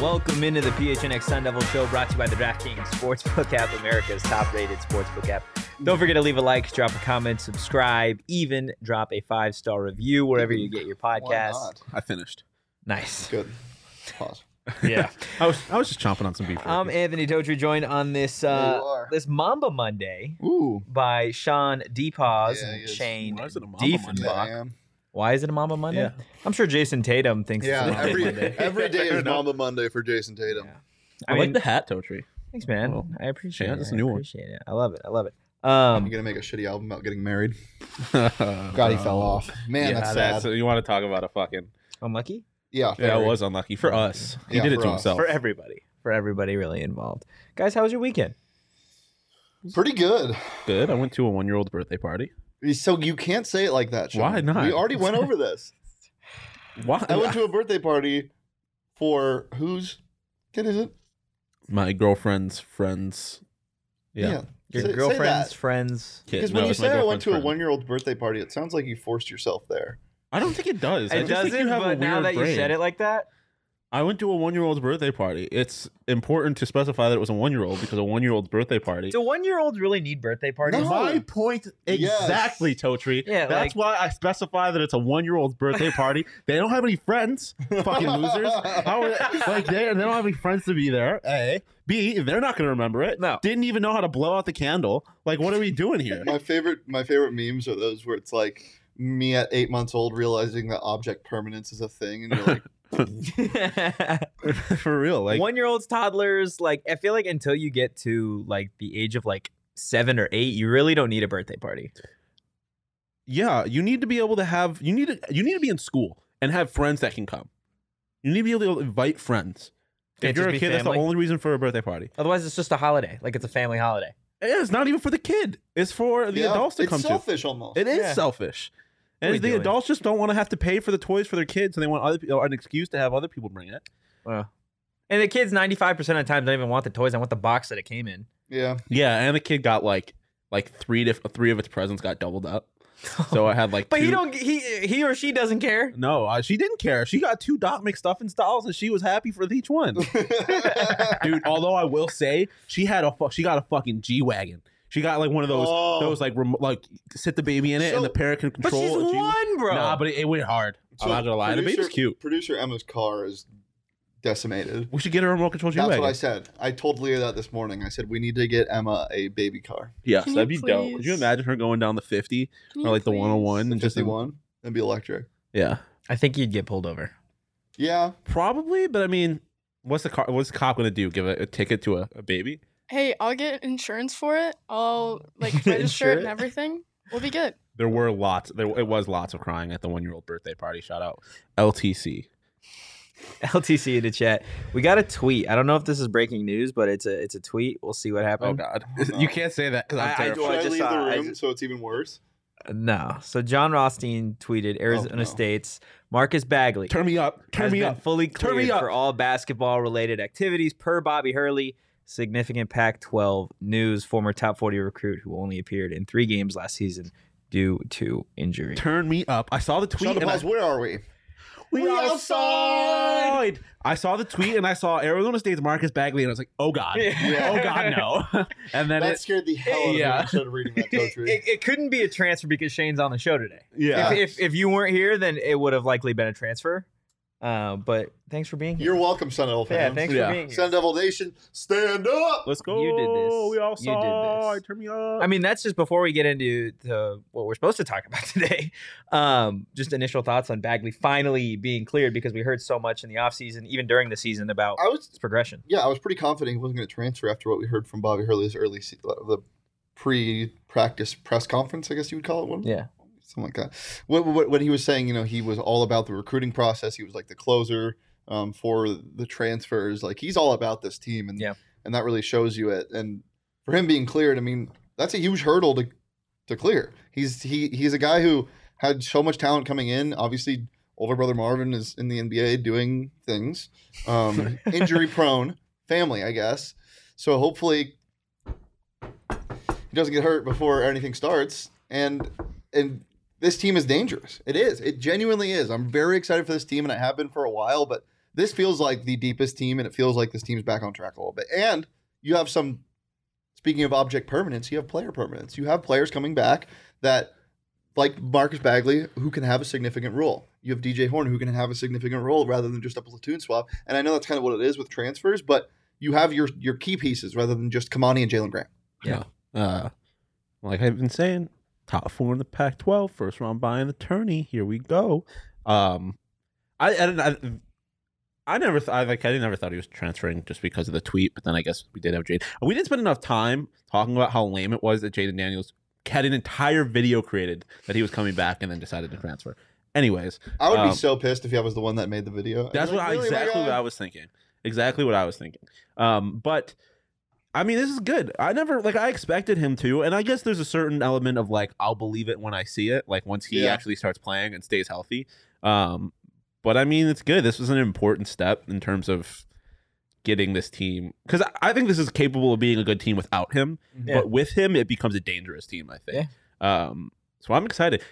Welcome into the PHNX Sun Devil Show, brought to you by the DraftKings Sportsbook app, America's top-rated sportsbook app. Don't forget to leave a like, drop a comment, subscribe, even drop a five-star review wherever you get your podcast. I finished. Nice. Good. Pause. Yeah. I was I was just chomping on some beef. Jerky. I'm Anthony Totri, joined on this you uh, are. this Mamba Monday Ooh, by Sean Depaws Yeah, he and is. Shane Why is it a Mamba Monday? Yeah, I Diefenbach. am. Why is it a Mamba Monday? Yeah. I'm sure Jason Tatum thinks it's a Yeah, Mamba every Monday. every day is Mamba Monday for Jason Tatum. I, I, mean, like the hat, Totri. thanks, man. Oh. I appreciate Yeah, it. that's I a new one. appreciate it. I love it. I love it. You're Um, gonna make a shitty album about getting married. God, God, he fell off. Man, that's sad. you want to talk about a fucking? unlucky? yeah, Yeah, very. it was unlucky for us. He Yeah, did it for to us. himself. for everybody for everybody really involved guys how was your weekend pretty good. Good. I went to a one-year-old's birthday party. So you can't say it like that. Sean. Why not? We already went over this. Why? I went to a birthday party for whose kid is it? my girlfriend's friends. Yeah. your Say- say girlfriend's that. friends Kid. Because No, when you it's my say I went girlfriend's to a friend. one-year-old birthday party, it sounds like you forced yourself there. I don't think it does. I it just think doesn't you have a but now weird that you said brain. it like that I went to a one-year-old's birthday party. It's important to specify that it was a one-year-old because a one-year-old's birthday party. do one-year-olds really need birthday parties No. My point Yes. exactly, Totri. Yeah, that's like- why I specify that it's a one-year-old's birthday party. they don't have any friends, fucking losers. How are they, like they, they don't have any friends to be there. A, B, they're not gonna remember it. No. didn't even know how to blow out the candle. Like, what are we doing here? My favorite, my favorite memes are those where it's like me at eight months old realizing that object permanence is a thing, and you're like, For real, like, one-year-olds toddlers like i feel like until you get to like the age of like seven or eight you really don't need a birthday party yeah, you need to be able to have you need to you need to be in school and have friends that can come. You need to be able to invite friends. Can't just if you're a be kid, that's the family. only reason for a birthday party. otherwise it's just a holiday like it's a family holiday Yeah, it's not even for the kid. It's for the yeah, adults to it's come to. selfish almost. It is Yeah. selfish. What are And we the doing? adults just don't want to have to pay for the toys for their kids, and they want other people, an excuse to have other people bring it. wow and the kids 95% of the time don't even want the toys i want the box that it came in yeah, Yeah, and the kid got like like three diff- three of its presents got doubled up. So I had like. but he two- don't he he or she doesn't care No, uh, she didn't care. She got two Doc McStuffins dolls, and she was happy for each one. Dude, although I will say, she had a fu- she got a fucking G wagon. She got like one of those Oh. those like remo- like sit the baby in it, So- and the parent can but control. she's a G- one bro Nah, but it, it went hard. I'm not gonna lie, the baby's cute. Producer Emma's car is decimated. We should get her a remote control G That's wagon. what I said. I told Leah that this morning. I said we need to get Emma a baby car, Yes, Can you that'd be dope. Could you please- imagine her going down the 50 or like the 101 and just fifty one, and be electric. Yeah. I think you'd get pulled over. Yeah, Probably, but I mean, what's the car, what's the cop going to do? Give a, a ticket to a, a baby? Hey, I'll get insurance for it. I'll like register it Insure it? and everything. We'll be good. There were lots there it was lots of crying at the 1-year-old birthday party. Shout out LTC. LTC in the chat. We got a tweet. I don't know if this is breaking news, but it's a it's a tweet. We'll see what Oh happens. god. You can't say that cuz I'm I- I terrified. should I I, just leave saw- I the room just- so it's even worse? Uh, No. So John Rothstein tweeted Arizona no. States Marcus Bagley Oh, Turn me up. Turn has me been up. fully Turn cleared me up. for all basketball related activities per Bobby Hurley. Significant Pac-12 news. Former top 40 recruit who only appeared in three games last season due to injury. Turn me up. I saw the tweet Sean and I, Paul's, where are we? We, We outside. outside! I saw the tweet and I saw Arizona State's Marcus Bagley and I was like, oh god, Yeah. oh god, no. and then that it, scared the hell out of me Yeah. when I started reading that It, poetry. it- it couldn't be a transfer because Shane's on the show today. Yeah. If, if, if you weren't here, then it would have likely been a transfer. Uh, but thanks for being here. You're welcome, Sun Devil yeah, fans. thanks Yeah. for being here. Sun Devil Nation, stand up! let's go. You did this. We You did this. outside. Turn me up. I mean, that's just before we get into the, what we're supposed to talk about today. Um, just initial thoughts on Bagley finally being cleared because we heard so much in the offseason, even during the season, about I was his progression. yeah, I was pretty confident he wasn't going to transfer after what we heard from Bobby Hurley's early se- uh, the pre-practice press conference, I guess you would call it one. Yeah. something like that. What, what what he was saying, you know, he was all about the recruiting process. He was like the closer um, for the transfers. Like he's all about this team, and Yeah. and that really shows you it. And for him being cleared, I mean, that's a huge hurdle to to clear. He's he he's a guy who had so much talent coming in. Obviously, older brother Marvin is in the NBA doing things. Um, injury prone family, I guess. So hopefully he doesn't get hurt before anything starts. And and this team is dangerous. It is. It genuinely is. I'm very excited for this team, and I have been for a while. But this feels like the deepest team, and it feels like this team's back on track a little bit. And you have some. Speaking of object permanence, you have player permanence. You have players coming back that, like Marcus Bagley, who can have a significant role. You have DJ Horn, who can have a significant role rather than just a platoon swap. And I know that's kind of what it is with transfers, but you have your your key pieces rather than just Kamani and Jalen Graham. uh, like I've been saying, top four in the Pac-12, first round by in the tourney. Here we go. Um, I I, didn't- I, I never th- I like I never thought he was transferring just because of the tweet, but then I guess we did have Jaden. We didn't spend enough time talking about how lame it was that Jaden Daniels had an entire video created that he was coming back and then decided to transfer. Anyways, I would Um, be so pissed if I was the one that made the video. I'd be that's like, what I, "Really, my exactly what guy?" I was thinking. Exactly what I was thinking. Um, but I mean, this is good. I never like I expected him to, and I guess there's a certain element of like I'll believe it when I see it. Like once he Yeah. actually starts playing and stays healthy. Um, but I mean, it's good. This was an important step in terms of getting this team because I, I think this is capable of being a good team without him. Yeah. But with him, it becomes a dangerous team. I think. Um, so I'm excited.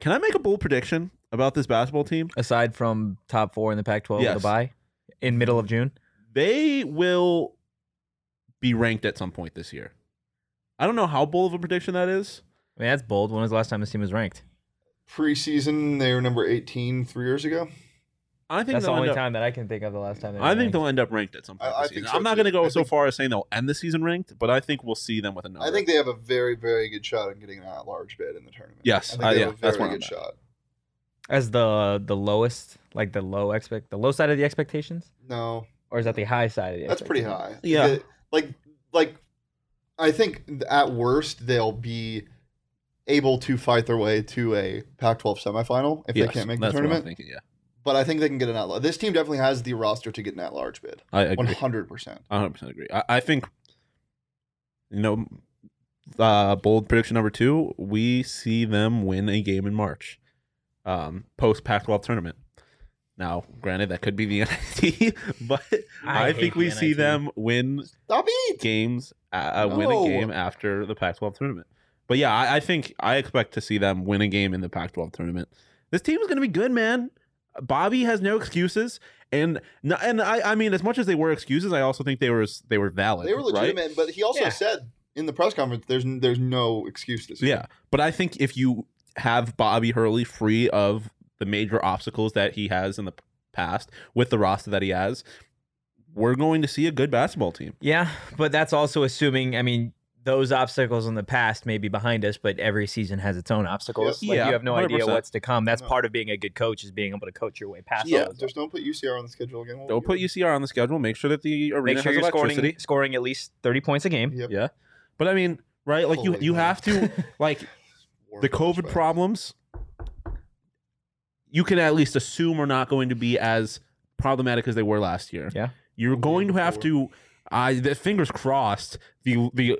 Can I make a bold prediction about this basketball team? Aside from top four in the Pac 12 with a Yes. bye in middle of June. they will be ranked at some point this year. I don't know how bold of a prediction that is. I mean, that's bold. When was the last time this team was ranked? preseason they were number 18 three years ago I think That's the they'll only end up, time that I can think of the last time. they were I think ranked. they'll end up ranked at some point. I- I this think season. so, I'm not too. going to go I so think- far as saying they'll end the season ranked, but I think we'll see them with another. i think they have a very very good shot at getting an at-large bid in the tournament Yes, i think uh, they yeah, have a that's very where good I'm shot as the the lowest, like the low expect, the low side of the expectations, no or is that the high side of the? that's pretty expectations? high Yeah. The- like like i think at worst they'll be able to fight their way to a pac 12 semifinal if Yes, they can't make the that's what I'm tournament thinking, yeah, but i think they can get an at-large this team definitely has the roster to get an at-large bid I agree. 100% I 100 percent agree. I, I think you know, uh, bold prediction number two: we see them win a game in March, um, post Pac-12 tournament. Now, granted, that could be the NIT, but I, I think hate we the see NIT. them win stop it games, uh, win a No. game after the Pac-12 tournament. But yeah, I, I think I expect to see them win a game in the Pac-12 tournament. This team is going to be good, man. Bobby has no excuses, and no- and I, I mean, as much as they were excuses, I also think they were they were valid. they were right? legitimate but he also Yeah. said in the press conference there's n- there's no excuse this year. Yeah, but I think if you have Bobby Hurley free of the major obstacles that he has in the p- past with the roster that he has, we're going to see a good basketball team. Yeah, but that's also assuming. I mean, those obstacles in the past may be behind us, but every season has its own obstacles. Yep. Like Yeah, you have no idea 100%. what's to come. That's No. part of being a good coach is being able to coach your way past. Yeah. all of them. Just don't put UCR on the schedule again. Don't put UCR on the schedule. Make sure that the arena Make sure has you're scoring electricity. scoring at least thirty points a game. Yep. Yeah, but I mean, right? Like you, Holy you moly. have to like the COVID problems. You can at least assume are not going to be as problematic as they were last year. Yeah. you're Or the going year to have to. I the fingers crossed. The the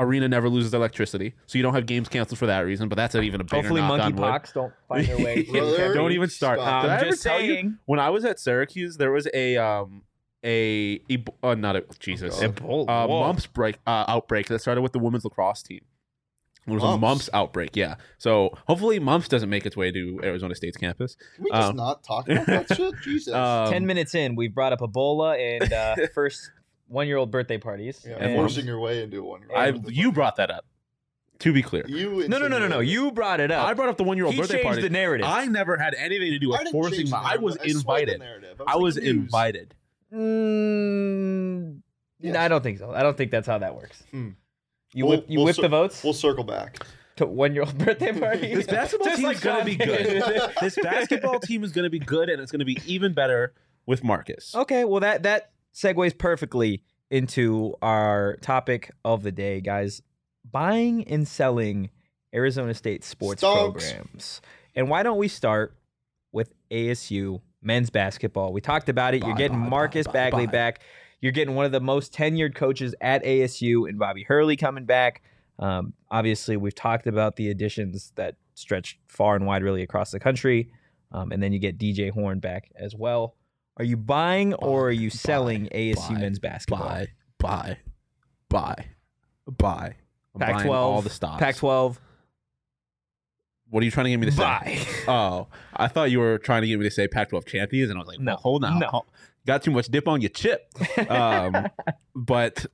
arena never loses electricity, so you don't have games canceled for that reason. But that's even a bigger Hopefully, knock on wood. monkeypox don't find their way. Brother, Don't even start. stop. Did I I'm ever just tell you- saying. when I was at Syracuse, there was a um a, Ebo- uh, not a Jesus God. uh, mumps break uh, outbreak that started with the women's lacrosse team. There was a Mumps. mumps outbreak, yeah. So hopefully mumps doesn't make its way to Arizona State's campus. Can we just Um, not talk about that shit? Jesus. Um, Ten minutes in, we've brought up Ebola and uh, first one-year-old birthday parties. yeah, and- and- forcing your way into one. I you brought that up. To be clear, You. no, no, no, no, no. insinuated- You brought it up. I brought up the one-year-old he birthday changed party. the narrative. I never had anything to do I with didn't forcing change my. the I was narrative. swayed the invited. narrative. I was confused. invited. Mm, Yes. no, I don't think so. I don't think that's how that works. Hmm. You We'll- whip you we'll whip cir- the votes We'll circle back. to one-year-old birthday party. This basketball Just team like is going to John be David. good. this basketball team is going to be good, and it's going to be even better with Marcus. Okay, well that that segues perfectly into our topic of the day, guys. Buying and selling Arizona State sports Stokes. programs. And why don't we start with ASU men's basketball? We talked about it. You're Buy, getting buy, Marcus buy, buy, Bagley buy. back. You're getting one of the most tenured coaches at ASU and Bobby Hurley coming back. Um, obviously, we've talked about the additions that stretch far and wide, really across the country. Um, and then you get DJ Horn back as well. Are you buying or are you Buy, selling ASU buy, men's basketball? Buy, buy, buy, buy. I'm buying Pac-12, All the stocks. Pac-12. What are you trying to get me to say? Buy. Oh, I thought you were trying to get me to say Pac-12 champions, and I was like, No, no, hold on, no. Ho- got too much dip on your chip. Um, but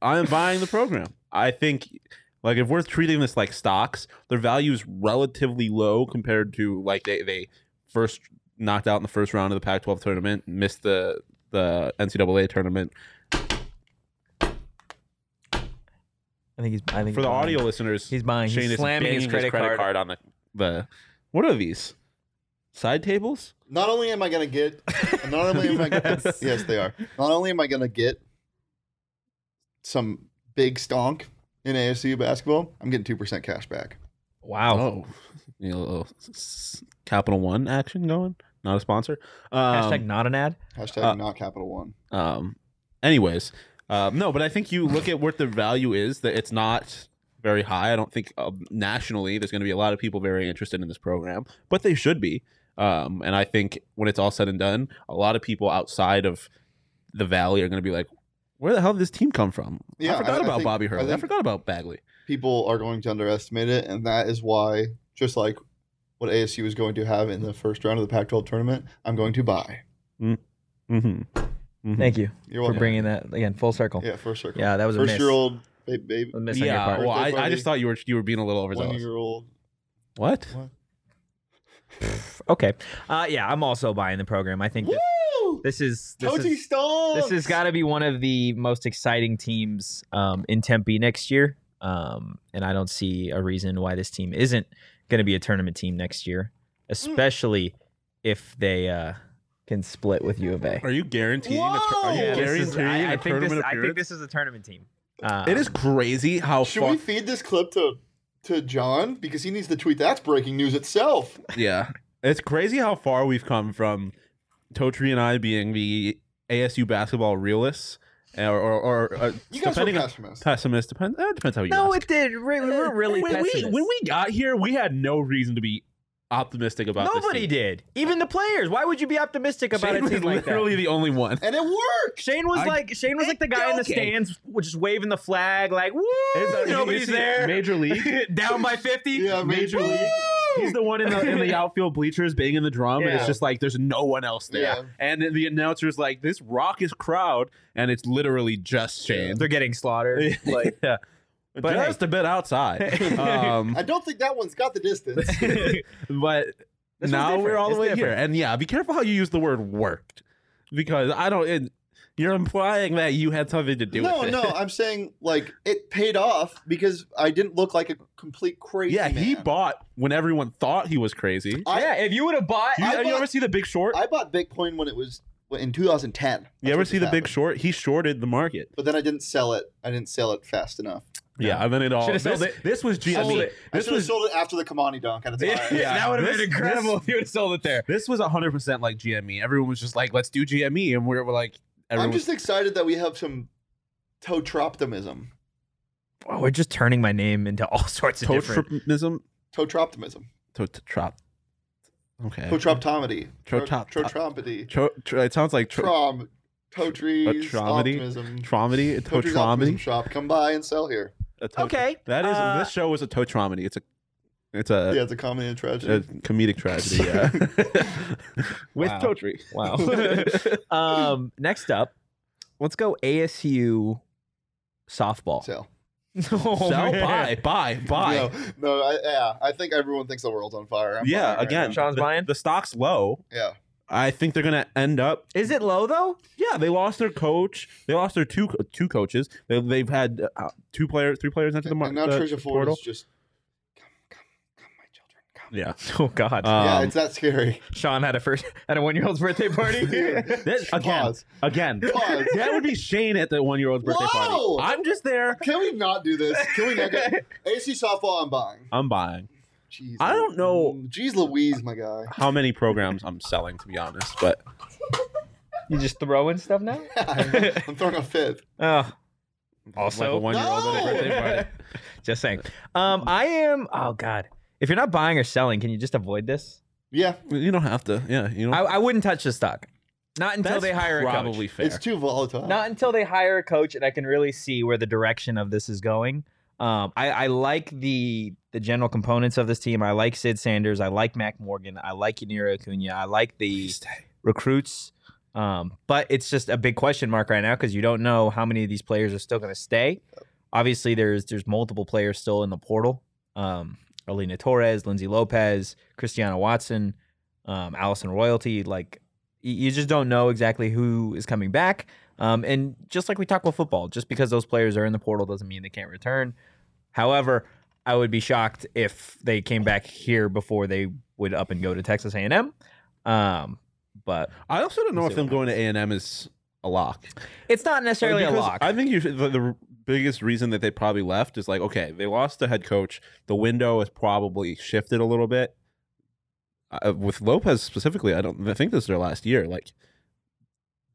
I am buying the program. I think, like, if we're treating this like stocks, their value is relatively low compared to like they they first knocked out in the first round of the Pac-12 tournament, missed the the NCAA tournament. I think he's. I think For the he's audio buying. listeners, he's buying. Shane he's is slamming his banging credit, card. on the the. What are these? Side tables? Not only am I gonna get, not only am I gonna, Yes. yes. they are. Not only am I gonna get some big stonk in ASU basketball, I'm getting two percent cash back. Wow. Oh, you know, a little s- s- Capital One action going. Not a sponsor. Hashtag Um, not an ad. Hashtag Uh, not Capital One. um, anyways, um, no, but I think you look at what the value is. That it's not very high. I don't think uh, nationally there's going to be a lot of people very interested in this program, but they should be. Um, and I think when it's all said and done, a lot of people outside of the valley are going to be like, "Where the hell did this team come from? Yeah, I forgot I- I about think- Bobby I Hurley. I, think- forgot about Bagley." People are going to underestimate it, and that is why, just like what ASU is going to have in the first round of the Pac-12 tournament, I'm going to buy. Mm-hmm. Thank you for You're welcome. bringing that again full circle. Yeah, yeah, first circle. that was a first miss. year old baby, baby A miss on your Yeah, part. well, I, I Birthday just thought you were you were being a little one overzealous. year old. What? Okay. Uh, yeah, I'm also buying the program. I think that Woo! this is this Coachy is, Stone. this has got to be one of the most exciting teams um, in Tempe next year. Um, and I don't see a reason why this team isn't going to be a tournament team next year, especially if they uh, can split with U of A. Are you guaranteeing? A tur- are Whoa! you Yeah, Oh, this guaranteeing is- I, I a think this, tournament I think appearance? this is a tournament team. Um, It is crazy how Should we far. feed this clip to to John because he needs to tweet? That's breaking news itself. yeah, it's crazy how far we've come from Totri and I being the ASU basketball realists, or or, or uh, You guys are depending on pessimists. pessimist. Depends. That depends how you. No, ask. it did. We, we were really when we pessimists. when we got here, we had no reason to be optimistic about. this Nobody team. did. Even the players. Why would you be optimistic about Shane a was team like that? literally the only one. and it worked. Shane was I- like Shane was like the guy in the Okay. stands, just waving the flag, like woo, It's- nobody's it's there. Major League. Down by fifty. Yeah, Major maybe. League. He's the one in the in the outfield bleachers banging the drum, and Yeah. it's just like there's no one else there. Yeah. And then the announcer's like, "This raucous crowd," and it's literally just Shane. They're getting slaughtered. Like yeah, but hey. just a bit outside. um, I don't think that one's got the distance. but This one's now we're different. all the It's way different. here, and yeah, be careful how you use the word "worked," because I don't. It, you're implying that you had something to do no, with it. no, I'm saying like it paid off because I didn't look like a complete crazy. Yeah, he man. bought when everyone thought he was crazy. I, yeah, if you would have bought, you, I have you bought- ever see The Big Short? I bought Bitcoin when it was in 2010. That's you ever what see The just Big happened. Short? He shorted the market. But then I didn't sell it. I didn't sell it fast enough. Yeah, and then it all. Should've This, sold it. this was E. GME. I sold it. I This should have was sold it after the Kamani dunk at a time. Yeah. that would have This- been incredible this- if you would have sold it there. this was hundred percent like GME. Everyone was just like, "Let's do GME," and we're, we're like, I'm everyone just excited that we have some totroptimism. Oh, we're just turning my name into all sorts of different. totropism, Totroptimism. totrop. Okay, Totroptomedy. Trotrop- Totropity. Tro- tr- it sounds like uh, tro- Trom. Totries. Totroptomedy? Optimism. tromedy, Totries Optimism totromedy. Shop. Come by and sell here. a toe Okay, That is uh, this show was a toe tromedy. It's a it's a, yeah, it's a comedy and tragedy. a comedic tragedy. Yeah, with Wow. toe tree. Wow. um, next up, let's go ASU softball. So Oh, Sell, man. buy, buy, buy. no, no, I, yeah, I think everyone thinks the world's on fire. I'm yeah, buying right again, now. Sean's the, buying? The stock's low. yeah, I think they're gonna end up. Is it low though? Yeah, they lost their coach. They lost their two two coaches. They, they've had uh, two players, three players enter the and market. now Trisha Ford portal. is just come, come, come, my children, come. Yeah. Oh God! Um, yeah, it's that scary. Sean had a first at a one year old's birthday party. This, again, Pause. again. Pause. That would be Shane at the one year old's birthday Whoa! party. I'm just there. Can we not do this? Can we not get AC softball? I'm buying. I'm buying. Jeez, I don't know- Jeez Louise, my guy. How many programs I'm selling, to be honest, but you just throwing stuff now? I'm throwing a fit. Oh, also like a one year old at a No! birthday party. just saying. Um, I am. Oh God! If you're not buying or selling, can you just avoid this? Yeah, You don't have to. Yeah, you know. I, I wouldn't touch the stock. Not until That's they hire a coach. probably fair. it's too volatile. Not until they hire a coach, and I can really see where the direction of this is going. Um, I, I like the the general components of this team. I like Sid Sanders. I like Mac Morgan. I like Yanira Acuna. I like the recruits. Um, but it's just a big question mark right now because you don't know how many of these players are still going to stay. Obviously, there's there's multiple players still in the portal. Um, Alina Torres, Lindsay Lopez, Christiana Watson, um, Allison Royalty. Like y- you just don't know exactly who is coming back. Um, and just like we talk about football, just because those players are in the portal doesn't mean they can't return. However, I would be shocked if they came back here before they would up and go to Texas A&M. Um, but I also don't know Let's if see them going to A and M is a lock. it's not necessarily a Because lock. I think you should, the, the biggest reason that they probably left is like, okay, they lost the head coach. The window has probably shifted a little bit. Uh, with Lopez specifically, I don't I think this is their last year. Like,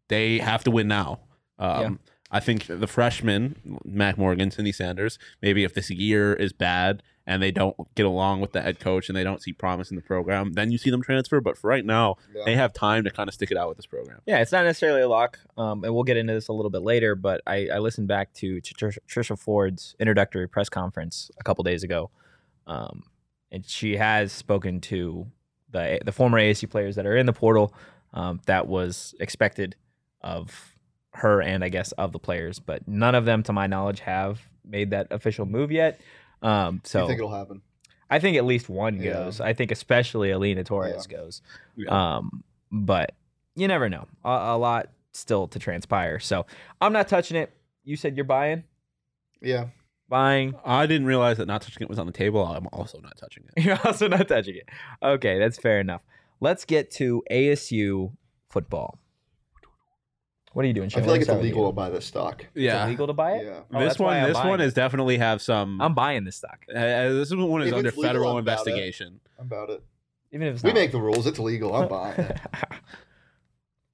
they have to win now. Um, I think the freshmen, Mac Morgan, Cindy Sanders, maybe if this year is bad and they don't get along with the head coach and they don't see promise in the program, then you see them transfer. But for right now, Yeah. they have time to kind of stick it out with this program. Yeah, it's not necessarily a lock, um, and we'll get into this a little bit later. But I, I listened back to Tr- Tr- Trisha Ford's introductory press conference a couple days ago, um, and she has spoken to the the former ASU players that are in the portal. Um, that was expected of her, and I guess of the players, but none of them, to my knowledge, have made that official move yet. Um, Do so you think it'll happen? I think at least one Yeah. goes. I think especially Alina Torres goes. Yeah. Um, but you never know. A, a lot still to transpire. So I'm not touching it. You said you're buying, Yeah, buying. I didn't realize that not touching it was on the table. I'm also not touching it. You're also not touching it. Okay, that's fair enough. Let's get to ASU football. What are you doing? I Shane? feel like it's Let's start with illegal you. to buy this stock. It's illegal to buy it. Yeah. Oh, this that's why one, I'm this buying one it. is definitely have some. I'm buying this stock, uh, uh, this one is If under it's legal, federal I'm about it. investigation. I'm about it. even if it's We not. make the rules. It's legal. I'm buying it.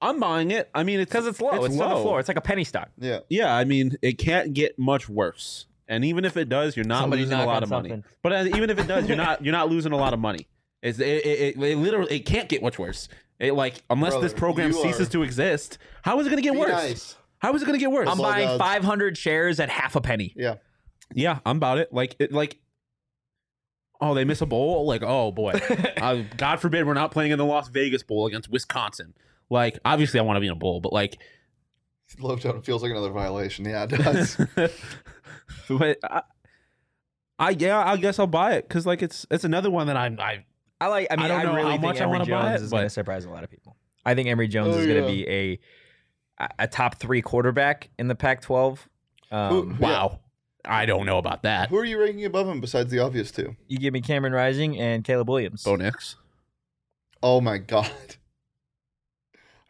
I'm buying it. I mean, because it's low. It's, on the floor. It's like a penny stock. Yeah. Yeah, I mean, it can't get much worse. And even if it does, you're not Somebody losing a knock lot on of money. something. But uh, even if it does, you're not you're not losing a lot of money. It's, it, it, it, it literally it can't get much worse. It like unless this Brother, program you ceases are- to exist, how is it going to get Be worse? nice. How is it going to get worse? I'm Well, buying that's- 500 shares at half a penny. Yeah. Yeah, I'm about it. Like, it, like, oh, they miss a bowl. Like, oh boy, uh, God forbid we're not playing in the Las Vegas Bowl against Wisconsin. Like, obviously, I want to be in a bowl, but like, Lowdown feels like another violation. Yeah, it does. but I, I, yeah, I guess I'll buy it because like it's it's another one that I'm I I like. I mean, I, don't know really how think much I Emory wanna buy Jones it, is going to but- surprise a lot of people. I think Emory Jones Oh, is going to yeah. be a a top three quarterback in the Pac-12. Um, Who- wow. I don't know about that. Who are you ranking above him besides the obvious two? you give me Cameron Rising and Caleb Williams. Bo Nix. Oh my god.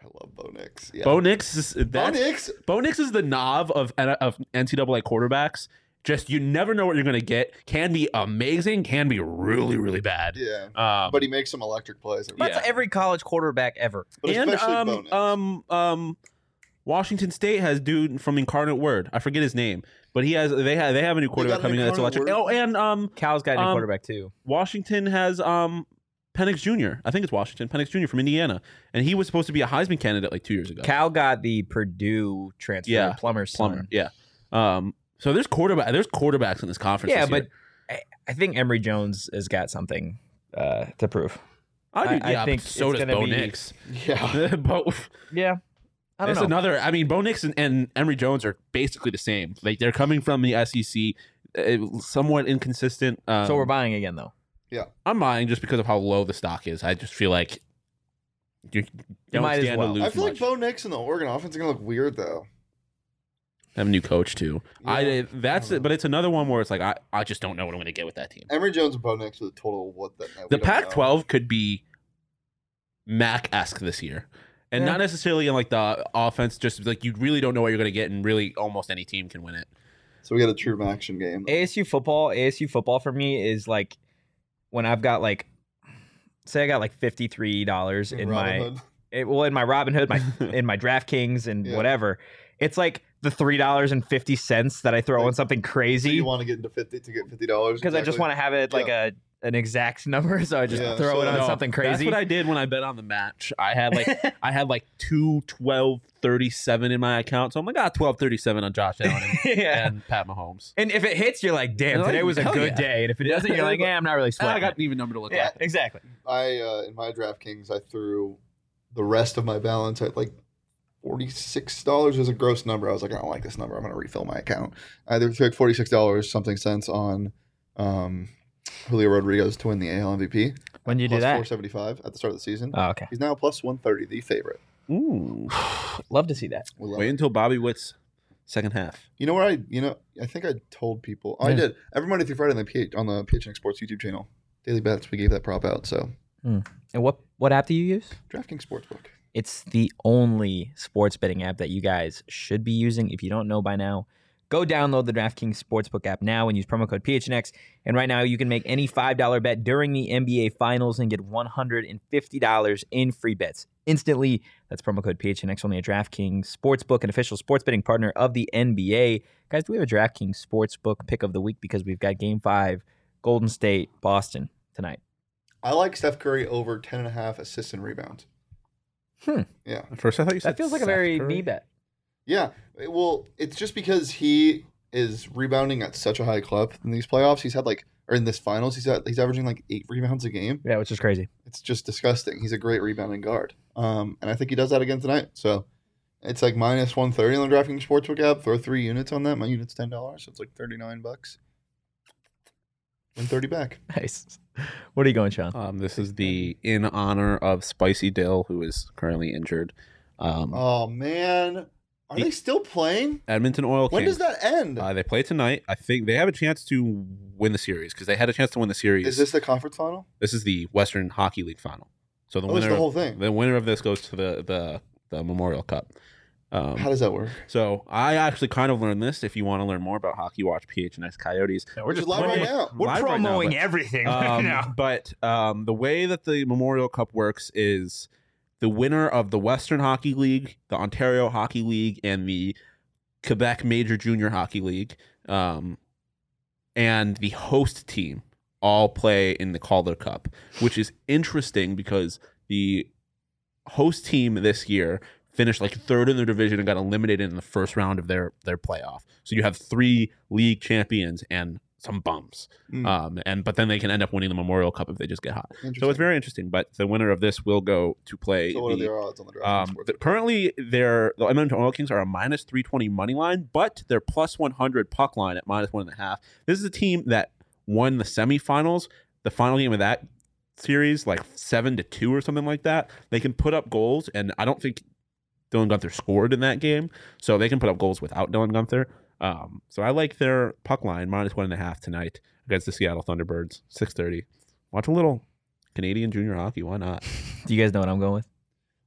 I love Bo Nix. Yeah. Bo Nix is Bo that's Nix. Bo Nix is the knob of of NCAA quarterbacks. Just you never know what you're gonna get. Can be amazing. Can be really really bad. Yeah. Um, But he makes some electric plays. every- That's yeah. every college quarterback ever. But and especially Bo um, Nix. um um Washington State has dude from Incarnate Word. I forget his name, but he has they have they have a new quarterback got an coming in that's Incarnate electric. Word? Oh, and um Cal's got a new Um, quarterback too. Washington has um Penix Jr. I think it's Washington Penix Jr. from Indiana, and he was supposed to be a Heisman candidate like two years ago. Cal got the Purdue transfer, Yeah, Plummer's son. Plummer, yeah. Um, So there's quarterback. There's quarterbacks in this conference. yeah, this year. but I, I think Emory Jones has got something uh, to prove. I, do, I- I yeah, think think so it's does gonna Bo be- Nix. Yeah. Bo, Yeah, I don't that's know. another. I mean, Bo Nix and, and Emory Jones are basically the same. Like they're coming from the SEC, uh, somewhat inconsistent. Um, so we're buying again though. I'm buying just because of how low the stock is. I just feel like you don't might as stand well. to lose I feel like much. Bo Nix and the Oregon offense are gonna look weird though. have a new coach too. Yeah. I eh, that's I don't it, but it's another one where it's like I, I just don't know what I'm going to get with that team. Emory Jones and Bo Nix are the total what that night. The We don't know. Pac-12 could be Mac-esque this year, and Yeah. not necessarily in like the offense. Just like you really don't know what you're going to get, and really almost any team can win it. So we got a true action game. ASU football, ASU football for me is like when I've got like say I got like fifty three dollars in my Robin Hood. it, well in my Robinhood, my in my DraftKings and Yeah. whatever. It's like the three dollars and fifty cents that I throw Like, on something So crazy you because want to get into fifty to get fifty dollars I just want to have it like a an exact number, so I just Yeah, throw so it on no, something That's crazy. what I did when I bet on the match. I had like I had like two twelve thirty seven in my account, so I'm like ah twelve thirty seven on Josh Allen and, yeah. and Pat Mahomes. And if it hits, you're like, damn, You're today like, was a hell good yeah. day. And if it doesn't, you're like, yeah, I'm not really And I sweating. got an even number to look yeah, at. exactly. I uh, in my DraftKings I threw the rest of my balance at like forty six dollars was a gross number. I was like, I don't like this number. I'm gonna refill my account. I either took forty six dollars something cents on um, Julio Rodriguez to win the AL MVP. When you do Four that. seventy five at the start of the season. Oh, okay. He's now plus one thirty, the favorite. Ooh, Love to see that. We love wait it. until Bobby Witt's second half. You know where I? You know, I think I told people. oh, I Yeah. did every Monday through Friday on the PH, on the PHNX Sports YouTube channel. Daily bets. We gave that prop out. So And what what app do you use? DraftKings Sportsbook. It's the only sports betting app that you guys should be using. If you don't know by now, go download the DraftKings Sportsbook app now and use promo code PHNX. And right now, you can make any $5 bet during the NBA Finals and get $150 in free bets instantly. That's promo code PHNX only at DraftKings Sportsbook, an official sports betting partner of the NBA. Guys, do we have a DraftKings Sportsbook pick of the week? Because we've got Game 5, Golden State, Boston tonight. I like Steph Curry over ten and a half assists and rebounds. Hmm. Yeah. At first, I thought you said That feels like a Seth very Curry. me bet. Yeah. it- Well, it's just because he is rebounding at such a high clip in these playoffs. He's had like, or in this finals, he's at, he's averaging like eight rebounds a game. Yeah, which is crazy. It's just disgusting. He's a great rebounding guard. Um, and I think he does that again tonight. So it's like minus one thirty on the DraftKings Sportsbook app. Throw three units on that. My unit's ten dollars, so it's like thirty nine bucks. Win thirty back. Nice. What are you going, Sean? Um, this is the in honor of Spicy Dill, who is currently injured. Um, Oh man, are they still playing? Edmonton Oil. When Kings. does that end? Uh, they play tonight. I think they have a chance to win the series because they had a chance to win the series. Is this the conference final? This is the Western Hockey League final. So the Oh, it's winner, the whole of, thing. the winner of this goes to the the, the Memorial Cup. Um, How does that work? so I actually kind of learned this. If you want to learn more about hockey, watch PHNX Coyotes. We're just live right now. We're Live right now, promoting but- everything right um, now. But um, the way that the Memorial Cup works is the winner of the Western Hockey League, the Ontario Hockey League, and the Quebec Major Junior Hockey League, um, and the host team all play in the Calder Cup, which is interesting because the host team this year finished like third in their division and got eliminated in the first round of their their playoff. So you have three league champions and some bums. Hmm. Um, and but then they can end up winning the Memorial Cup if they just get hot. So Interesting. it's very interesting. But the winner of this will go to play. So what are the- their odds on the draft? um, the- currently, they're the Edmonton Oil Kings are a minus three twenty money line, but they're plus one hundred puck line at minus one and a half. This is a team that won the semifinals, the final game of that series, like seven to two or something like that. They can put up goals, and I don't think Dylan Gunther scored in that game, so they can put up goals without Dylan Gunther. Um, so I like their puck line minus one and a half tonight against the Seattle Thunderbirds, six thirty. Watch a little Canadian junior hockey. Why not? Do you guys know what I'm going with?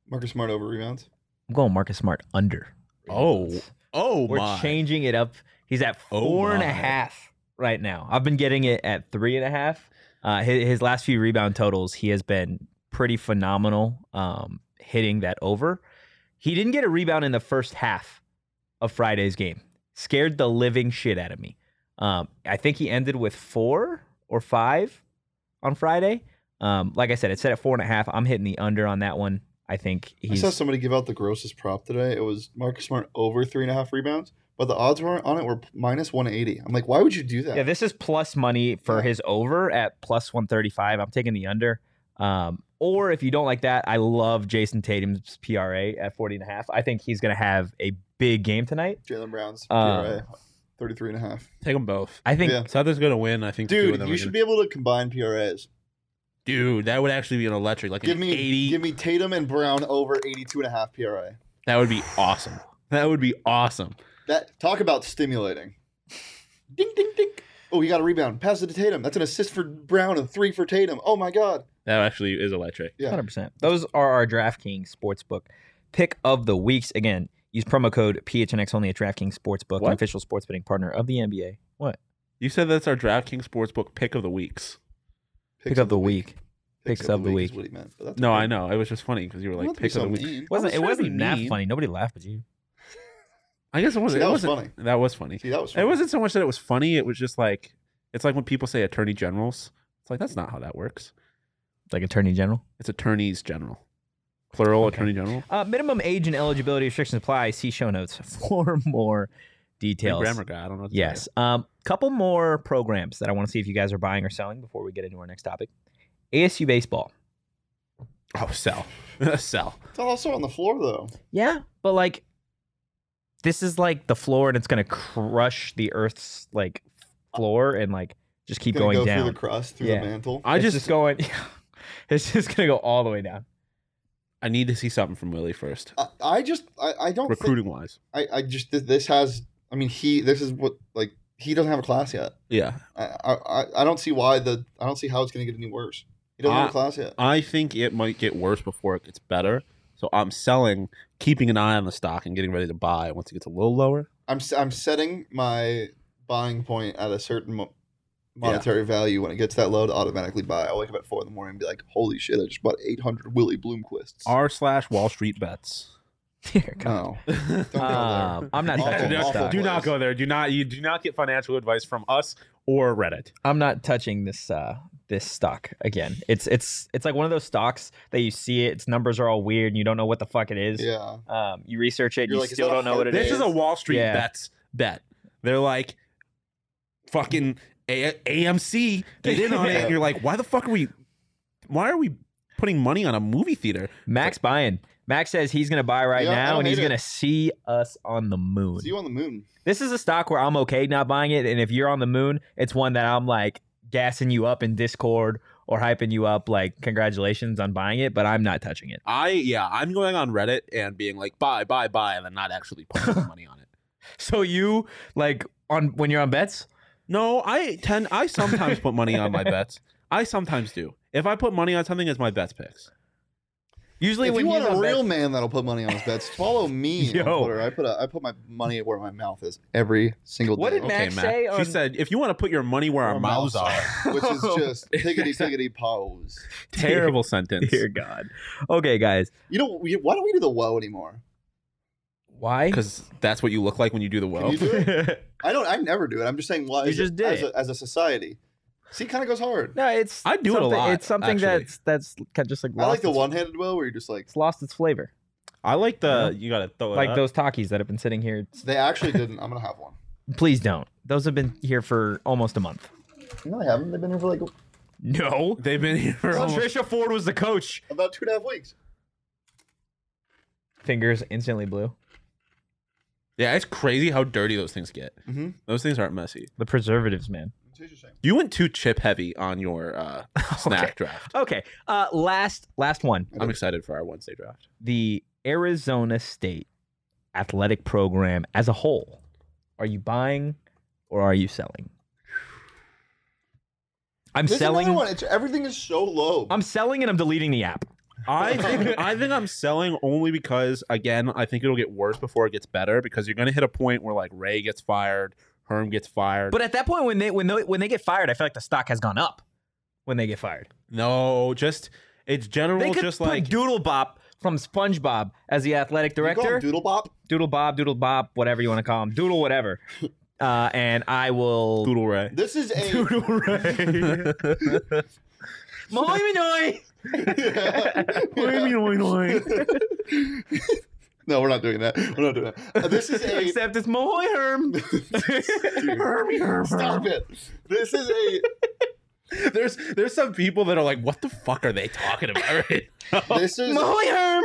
Marcus Smart over rebounds. I'm going Marcus Smart under. Oh, oh We're changing it up. He's at Oh four and a my. half right now. I've been getting it at three and a half. Uh, his, his last few rebound totals, he has been pretty phenomenal um, hitting that over. He didn't get a rebound in the first half of Friday's game. Scared the living shit out of me. Um, I think he ended with four or five on Friday. Um, like I said, it's set at four and a half. I'm hitting the under on that one. I think I he's saw somebody give out the grossest prop today. It was Marcus Smart over three and a half rebounds but the odds were on it were minus 180. I'm like, why would you do that? Yeah, this is plus money for Yeah. his over at plus 135. I'm taking the under. Um, or if you don't like that, I love Jason Tatum's PRA at 40 and a half. I think he's going to have a big game tonight. Jalen Brown's Uh, PRA, 33 and a half. Take them both. I think Yeah. So Souther's gonna win. I think. two of Dude, them you are should gonna- be able to combine PRAs. Dude, that would actually be an electric. Like Give an me 80. give me Tatum and Brown over 82 and a half PRA. that would be awesome. That would be awesome. That talk about stimulating. ding ding ding. Oh, he got a rebound. Pass it to Tatum. That's an assist for Brown and three for Tatum. Oh my god. That actually is electric. Yeah. 100%. Those are our DraftKings Sportsbook pick of the weeks. Again, use promo code PHNX only at DraftKings Sportsbook, an What? official sports betting partner of the NBA. What? You said that's our DraftKings Sportsbook pick of the weeks. Pick, of the week. Picks of the Is week. what he meant. But that's No, okay. I know. It was just funny because you were Don't have like to be pick so of the week. mean. Wasn't, it was trying to wasn't be that mean. funny. Nobody laughed but you. I guess it wasn't. See, that it was wasn't, funny. That was funny. See, that was It funny. wasn't so much that it was funny. It was just like it's like when people say attorney generals. It's like that's not how that works. Like Attorney General. It's attorneys general, plural attorney general. Uh, minimum age and eligibility restrictions apply. See show notes for more Big details. Grammar guy. I don't know. what to tell Yes. Um, couple more programs that I want to see if you guys are buying or selling before we get into our next topic. ASU baseball. you. Oh, sell, sell. It's also on the floor though. Yeah, but like, this is like the floor, and it's gonna crush the Earth's like floor, and like just keep Gonna going go down. through the crust, through Yeah. the mantle. I It's just, going. it's just gonna go all the way down. I need to see something from Willie first, I, I just I, I don't think- recruiting wise. I, I just th- this has I mean he this is what like he doesn't have a class yet. Yeah, I I, I- I don't see why the I don't see how it's gonna get any worse. He doesn't have Ah. a class yet. I think it might get worse before it gets better. So I'm selling, keeping an eye on the stock, and getting ready to buy once it gets a little lower. I'm s- I'm setting my buying point at a certain mo- monetary value. When it gets that low, to automatically buy. I wake up at four in the morning and be like, "Holy shit! I just bought 800 Willie Bloomquists." R slash Wall Street bets. Dear God. no, Don't don't go there. Uh, Um, I'm not Awful, touching the awful. stock. do not go there. Do not you do not get financial advice from us or Reddit. I'm not touching this uh this stock again. It's it's it's like one of those stocks that you see it, its numbers are all weird and you don't know what the fuck it is. Yeah, Um you research it, You're you like, is still that a don't know what hard it is. bet? This is a Wall Street Yeah. bets bet. They're like fucking a- AMC get in on it. And you're like, why the fuck are we? Why are we putting money on a movie theater? Max buying. Max says he's gonna buy right Yeah, I now don't and he's hate it. gonna see us on the moon. see you on the moon. This is a stock where I'm okay not buying it, and if you're on the moon, it's one that I'm like gassing you up in Discord or hyping you up like congratulations on buying it, but I'm not touching it. I yeah, I'm going on Reddit and being like, buy, buy, buy, and then not actually putting any money on it. So you like on when you're on bets? No, I tend I sometimes put money on my bets. I sometimes do. If I put money on something, it's my bets picks. Usually if when you want he's a on real bets, man that'll put money on his bets, follow me Yo. on Twitter. I put a, I put my money where my mouth is every single day. What did Max say she on- said, if you want to put your money where our mouths are, which is just tickety tickety pose. terrible sentence. Dear God. Okay, guys. You know, we- why don't we do the whoa anymore? Why? Because that's what you look like when you do the well. you do it? I don't. I never do it. I'm just saying why. You as just a, did as it. a, as a society. See, kind of goes hard. no, it's I do it a something- lot, It's something actually. that's that's kind of just like I lost like the its, one-handed whoa where you're just like It's lost its flavor. I like the you gotta throw it like up. those Takis that have been sitting here. they actually didn't. I'm gonna have one. Please don't. Those have been here for almost a month. No, they haven't. They've been here for like No. They've been here for almost, Trisha Ford was the coach. about two and a half weeks. Fingers instantly blue. yeah. It's crazy how dirty those things get. Mm-hmm. Mhm. Those things aren't messy. The preservatives, man. It's interesting. You went too chip heavy on your uh, snack draft. Okay. Uh last last one. I'm excited for our Wednesday draft. The Arizona State athletic program as a whole. Are you buying or are you selling? I'm There's selling. another one. It's, everything is so low. I'm selling and I'm deleting the app. I think I think I'm selling only because again I think it'll get worse before it gets better because you're gonna hit a point where like Ray gets fired, Herm gets fired. But at that point, when they when they, when they get fired, I feel like the stock has gone up. When they get fired, no, just it's general. they could just put like Doodle Bop from SpongeBob as the athletic You call director. him Doodle Bop. Doodle Bob, Doodle Bop, whatever you want to call him, Doodle whatever. Uh, and I will. Doodle Ray. This is a Doodle Ray. Moy Minoy. Yeah. Oi, oi, oi, oi. No, we're not doing that. We're not doing that. Uh, This is a Except it's Mahoy Herm. Hermy Herm. stop it. This is a There's there's some people that are like, what the fuck are they talking about? Right now?" this is Mahoy Herm.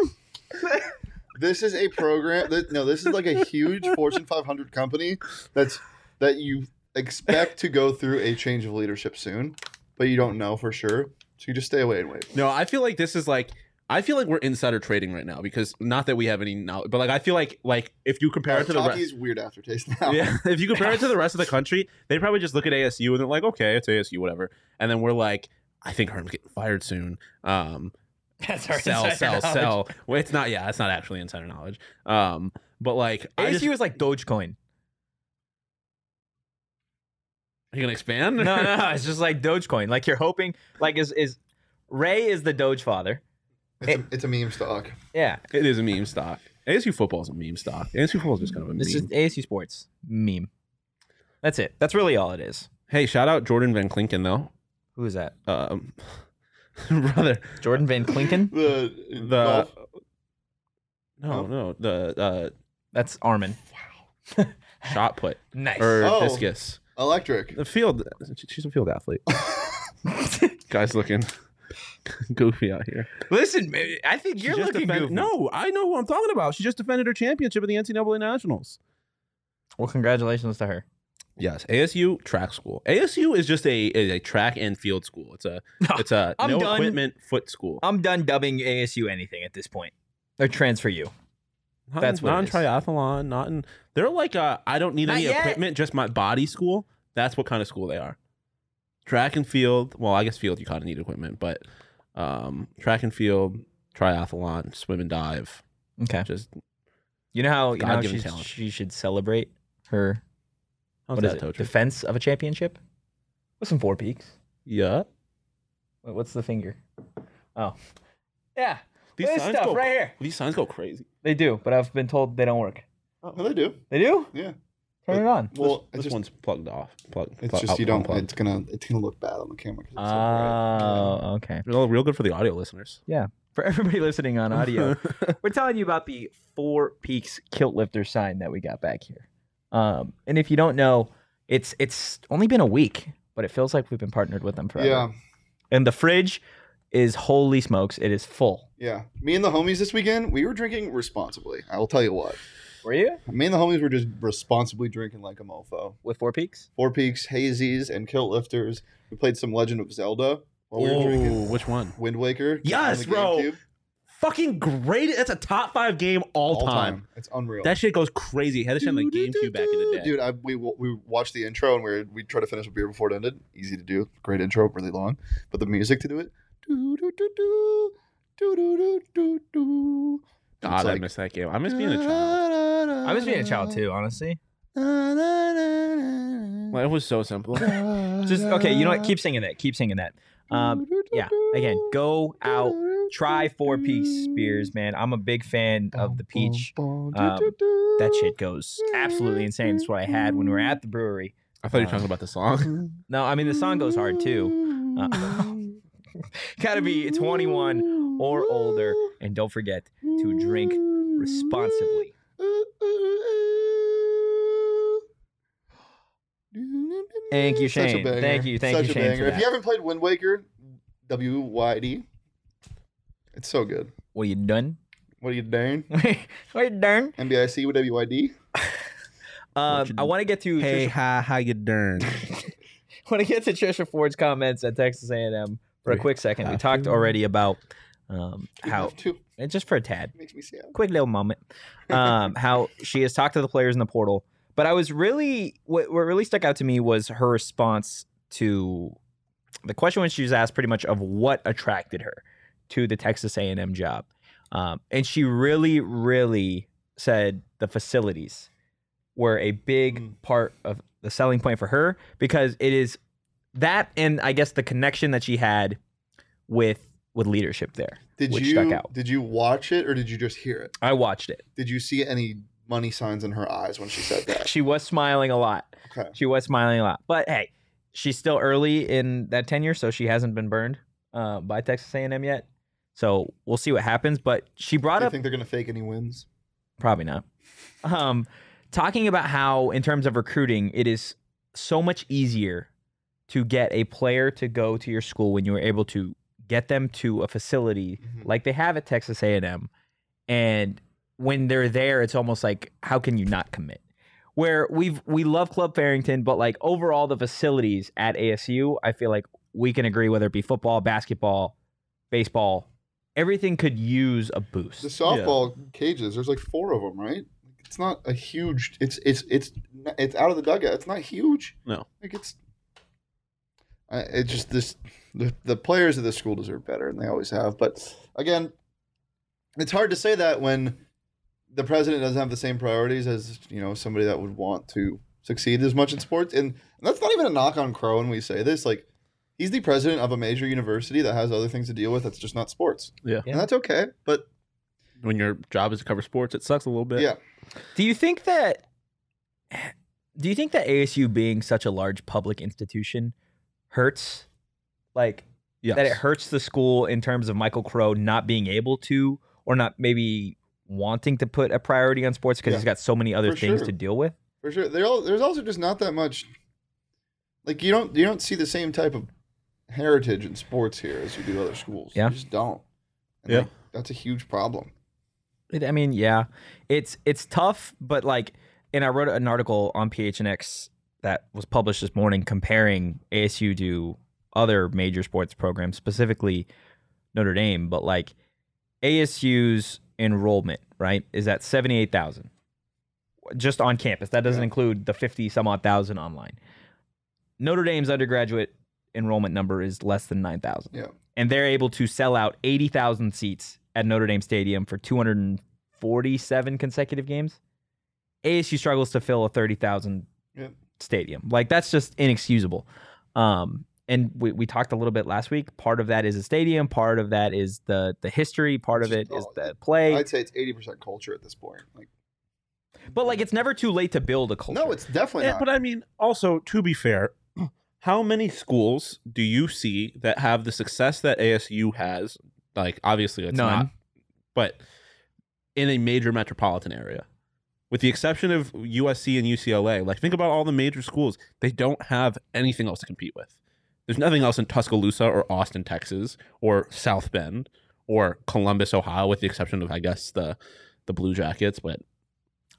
this is a program that no, this is like a huge Fortune 500 company that's that you expect to go through a change of leadership soon, but you don't know for sure. So you just stay away and wait. no, I feel like this is like I feel like we're insider trading right now because not that we have any knowledge, but like I feel like like if you compare it to the rest, Takis weird aftertaste now. yeah, if you compare it to the rest of the country, they probably just look at ASU and they're like, okay, it's ASU, whatever. And then we're like, I think Herm's getting fired soon. Um, That's our sell, insider sell, knowledge. sell. Well, it's not. Yeah, it's not actually insider knowledge. Um, but like, I just, ASU are is like Dogecoin. you gonna expand? No, no, no, it's just like Dogecoin. Like you're hoping, like is is Ray is the Doge father. It's, a, it's a meme stock. Yeah, it is a meme stock. ASU football is a meme stock. ASU football is just kind of a meme. this is ASU sports meme. That's it. That's really all it is. hey, shout out Jordan Van Klinken though. Who is that? Um, brother, Jordan Van Klinken. The the well, Oh. no, no, the That's Armin. uh, shot put Nice. or Oh. discus. electric. The field. She's a field athlete. Guys looking goofy out here. Listen, man, I think you're She just looking defend- goofy. No, I know what I'm talking about. She just defended her championship at the NCAA Nationals. well, congratulations to her. Yes, ASU track school. ASU is just a is a track and field school. It's a it's a I'm no done. equipment foot school. I'm done dubbing ASU anything at this point. Or transfer you. Not that's in, what not it in is. triathlon. Not in. They're like I I don't need Not any yet. equipment, just my body school. That's what kind of school they are. Track and field. Well, I guess field you kind of need equipment, but um, track and field, triathlon, swim and dive. Okay. Just You know how you know how God-given she's- talent. she should celebrate her how's what is that, it? Totri? Defense of a championship? With some four peaks. Yeah. Wait, what's the finger? Oh. Yeah. These this signs stuff go- right here. These signs go crazy. They do, but I've been told they don't work. No, they do. They do? Yeah. Oh. Turn it on. Well, This it's just, one's plugged off. Plug, it's plug- just you out- don't. unplugged. Oh, It's gonna it's gonna look bad on the camera. 'cause it's so Oh, bright. okay. Real, real good for the audio listeners. For everybody listening on audio, we're telling you about the Four Peaks kilt lifter sign that we got back here. Um, and if you don't know, it's it's only been a week, but it feels like we've been partnered with them Yeah. forever. yeah, And the fridge is holy smokes, it is full. yeah. Me and the homies this weekend, we were drinking responsibly. I will tell you what. Were you Me and the homies were just responsibly drinking like a mofo. with Four Peaks? Four Peaks, Hazies, and Kilt Lifters. We played some Legend of Zelda while we were Oh, drinking. which one? Wind Waker. Yes, on the bro. GameCube. Fucking great. That's a top five game all, All time. time. It's unreal. That shit goes crazy. Had this shit on the GameCube back in the day. Dude, I, we we watched the intro and we were, we tried to finish a beer before it ended. Easy to do, great intro, really long, but the music to do it. Do do do do do do do do do. God, I miss Ah, that game. I miss being a child. I was being a child too, honestly. Life was so simple. Just okay. You know what? Keep singing that. Keep singing that. Um, yeah. Again, go out, try four piece beers, man. I'm a big fan of the peach. Um, That shit goes absolutely insane. That's what I had when we were at the brewery. I thought you were talking about the song. No, I mean the song goes hard too. Uh, gotta be 21 or older, and don't forget to drink responsibly. Thank you, Such a Shane. banger. Thank you, thank Such you, a Shane, banger. for If that. you haven't played Wind Waker, W Y D, it's so good. Well, you done? What are you doing? Wait, darn. NBIC with W Y D. Um, Richard- I want to get to hi, how you darn? when I get to Trisha Ford's comments at Texas A&M for a We quick second. We have talked to. already about um, how Two and just for a tad, makes me sad. quick little moment, um, how she has talked to the players in the portal. But I was really what, what really stuck out to me was her response to the question when she was asked pretty much of what attracted her to the Texas A&M job, um, and she really really said the facilities were a big Mm. part of the selling point for her because it is that and I guess the connection that she had with with leadership there. Did which you stuck out. did you watch it or did you just hear it? I watched it. Did you see any money signs in her eyes when she said that? She was smiling a lot. Okay. She was smiling a lot. But hey, she's still early in that tenure, so she hasn't been burned uh, by Texas A&M yet. So we'll see what happens. But she brought Do you up think they're gonna fake any wins? Probably not. Um, talking about how, in terms of recruiting, it is so much easier to get a player to go to your school when you are able to get them to a facility Mhm. like they have at Texas A&M, and when they're there, it's almost like how can you not commit? Where we've we love Club Farrington, but like overall the facilities at ASU, I feel like we can agree whether it be football, basketball, baseball, everything could use a boost. The softball cages. There's like four of them, right? It's not a huge. It's it's it's it's out of the dugout. It's not huge. No. like it's. I it just this the the players of this school deserve better, and they always have. But again, it's hard to say that when the president doesn't have the same priorities as you know somebody that would want to succeed as much in sports. And, and that's not even a knock on Crow when we say this. Like he's the president of a major university that has other things to deal with. That's just not sports, Yeah. and that's okay. But When your job is to cover sports, it sucks a little bit. yeah. Do you think that do you think that ASU being such a large public institution hurts like Yes. that it hurts the school in terms of Michael Crow not being able to or not maybe wanting to put a priority on sports because Yeah. he's got so many other For things sure. to deal with? For sure. There al- there's also just not that much like you don't you don't see the same type of heritage in sports here as you do other schools. Yeah. You just don't. And Yeah. like, that's a huge problem. It, I mean, yeah, it's it's tough, but like, and I wrote an article on PHNX that was published this morning comparing ASU to other major sports programs, specifically Notre Dame. But like, ASU's enrollment right is at seventy eight thousand, just on campus. That doesn't Yeah. include the fifty some odd thousand online. Notre Dame's undergraduate enrollment number is less than nine thousand Yeah. and they're able to sell out 80,000 seats at Notre Dame Stadium for 247 consecutive games. ASU struggles to fill a 30,000 Yep. stadium. Like that's just inexcusable. Um, and we, we talked a little bit last week. Part of that is the stadium. Part of that is the the history. Part of it is the play. I'd say it's 80% culture at this point. Like but like it's never too late to build a culture. No, it's definitely Yeah, not. Eh, but I mean, also to be fair, how many schools do you see that have the success that ASU has? Like, obviously, it's None. not, but in a major metropolitan area, with the exception of USC and UCLA. Like, think about all the major schools; they don't have anything else to compete with. There's nothing else in Tuscaloosa or Austin, Texas, or South Bend or Columbus, Ohio, with the exception of, I guess, the the Blue Jackets, but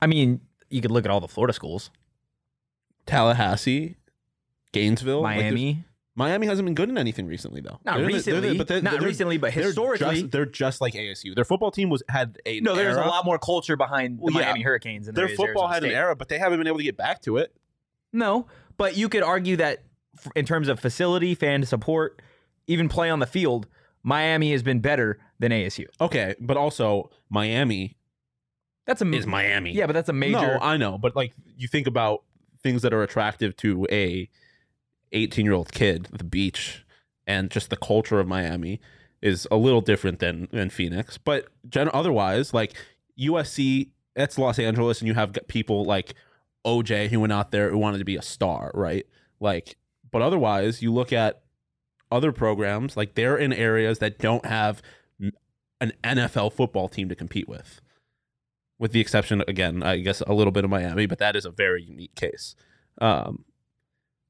I mean, you could look at all the Florida schools. Tallahassee, Gainesville, Oh, like, there's- Miami. Miami hasn't been good in anything recently, though. not They're the- they're recently. the- but they're- not they're- recently, but they're historically. just, they're just like ASU. Their football team was had a no, there's era. a lot more culture behind the Well, yeah. Miami Hurricanes. Than Their there is football Arizona had an State. era, but they haven't been able to get back to it. No, but you could argue that f- in terms of facility, fan support, even play on the field, Miami has been better than ASU. Okay, but also Miami That's a is Miami. Mm. yeah, but that's a major. No, I know, but like you think about things that are attractive to a 18 year old kid, the beach, and just the culture of Miami is a little different than than Phoenix. But gen- otherwise, like USC, that's Los Angeles, and you have g- people like OJ who went out there who wanted to be a star, right? Like, but otherwise, you look at other programs, like they're in areas that don't have n- an NFL football team to compete with with the exception again, I guess a little bit of Miami, but that is a very unique case. Um,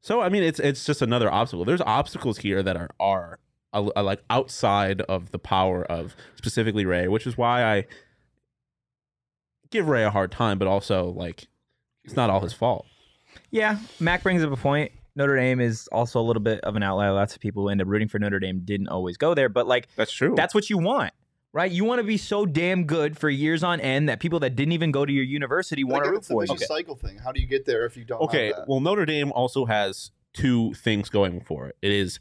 so I mean, it's it's just another obstacle. There's obstacles here that are are, uh, uh, like outside of the power of specifically Ray, which is why I give Ray a hard time, but also like it's not all his fault. yeah, Mac brings up a point. Notre Dame is also a little bit of an outlier. Lots of people who end up rooting for Notre Dame didn't always go there, but like That's true. that's what you want, right? You want to be so damn good for years on end that people that didn't even go to your university want to Again, root it's the for you. vicious cycle thing. How do you get there if you don't have okay. that? Well, Notre Dame also has two things going for it. It is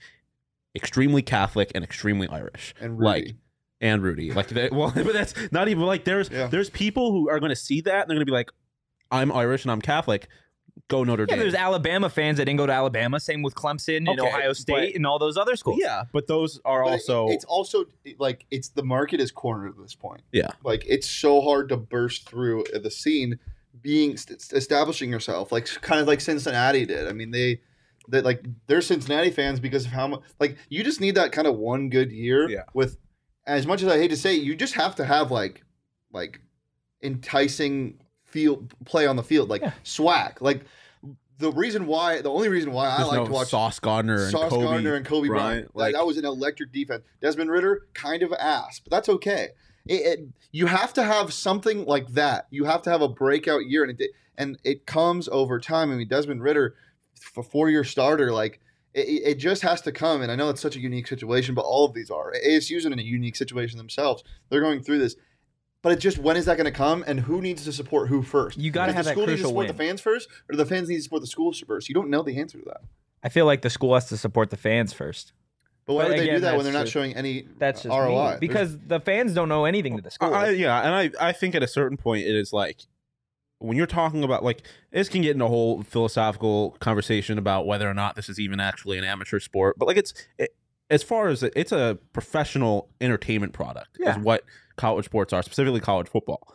extremely Catholic and extremely Irish. and like, Rudy. and Rudy. Like, they, well, but that's not even like there's Yeah. there's people who are going to see that and they're going to be like, I'm Irish and I'm Catholic. Go Notre Yeah, Dame. there's Alabama fans that didn't go to Alabama. Same with Clemson and Okay, Ohio State but- and all those other schools. yeah, but those are But it- also it's also like it's the market is cornered at this point. Yeah. Like it's so hard to burst through the scene being st- establishing yourself like kind of like Cincinnati did. I mean they that like they're Cincinnati fans because of how much like you just need that kind of one good year Yeah. with as much as I hate to say it, you just have to have like like enticing field play on the field, like Yeah. swag. Like the reason why, the only reason why I There's like no to watch Sauce Gardner and Sauce Kobe Gardner and Kobe Bryant. Bryant, like- that, that was an electric defense. Desmond Ritter, kind of ass, but that's okay. It, it- you have to have something like that. You have to have a breakout year, and it di- and it comes over time. I mean, Desmond Ritter, a four-year starter, like it, it it just has to come. And I know it's such a unique situation, but all of these are. ASU's in a unique situation themselves. They're going through this. But it's just when is that going to come, and who needs to support who first? You gotta Does have the that school need to crucial support win. the fans first, or do the fans need to support the school first? You don't know the answer to that. I feel like the school has to support the fans first. But why But would they again, do that when that's they're not just- showing any That's just me. ROI? There's- because the fans don't know anything to the school. I, I- yeah, and I, I think at a certain point it is like when you're talking about like this can get into a whole philosophical conversation about whether or not this is even actually an amateur sport, but like it's it, as far as it- it's a professional entertainment product Yeah. is what college sports are, specifically college football.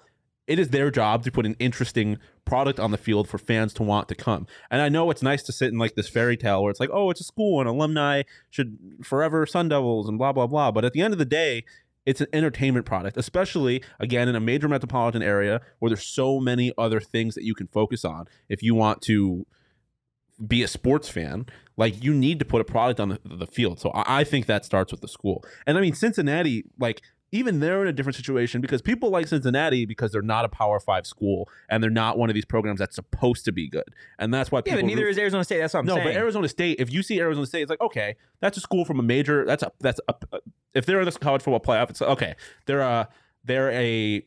It is their job to put an interesting product on the field for fans to want to come. And I know it's nice to sit in like this fairy tale where it's like, oh, it's a school and alumni should forever Sun Devils and blah blah blah. But at the end of the day, it's an entertainment product, especially again in a major metropolitan area where there's so many other things that you can focus on if you want to be a sports fan. Like you need to put a product on the, the field. So I, I think that starts with the school. And I mean Cincinnati, like even they're in a different situation because people like Cincinnati because they're not a Power Five school and they're not one of these programs that's supposed to be good. And that's why yeah, people but neither root- is Arizona State. That's what I'm no, saying. but Arizona State. If you see Arizona State, it's like okay, that's a school from a major. That's a that's a. If they're in this college football playoff, it's okay. They're a they're a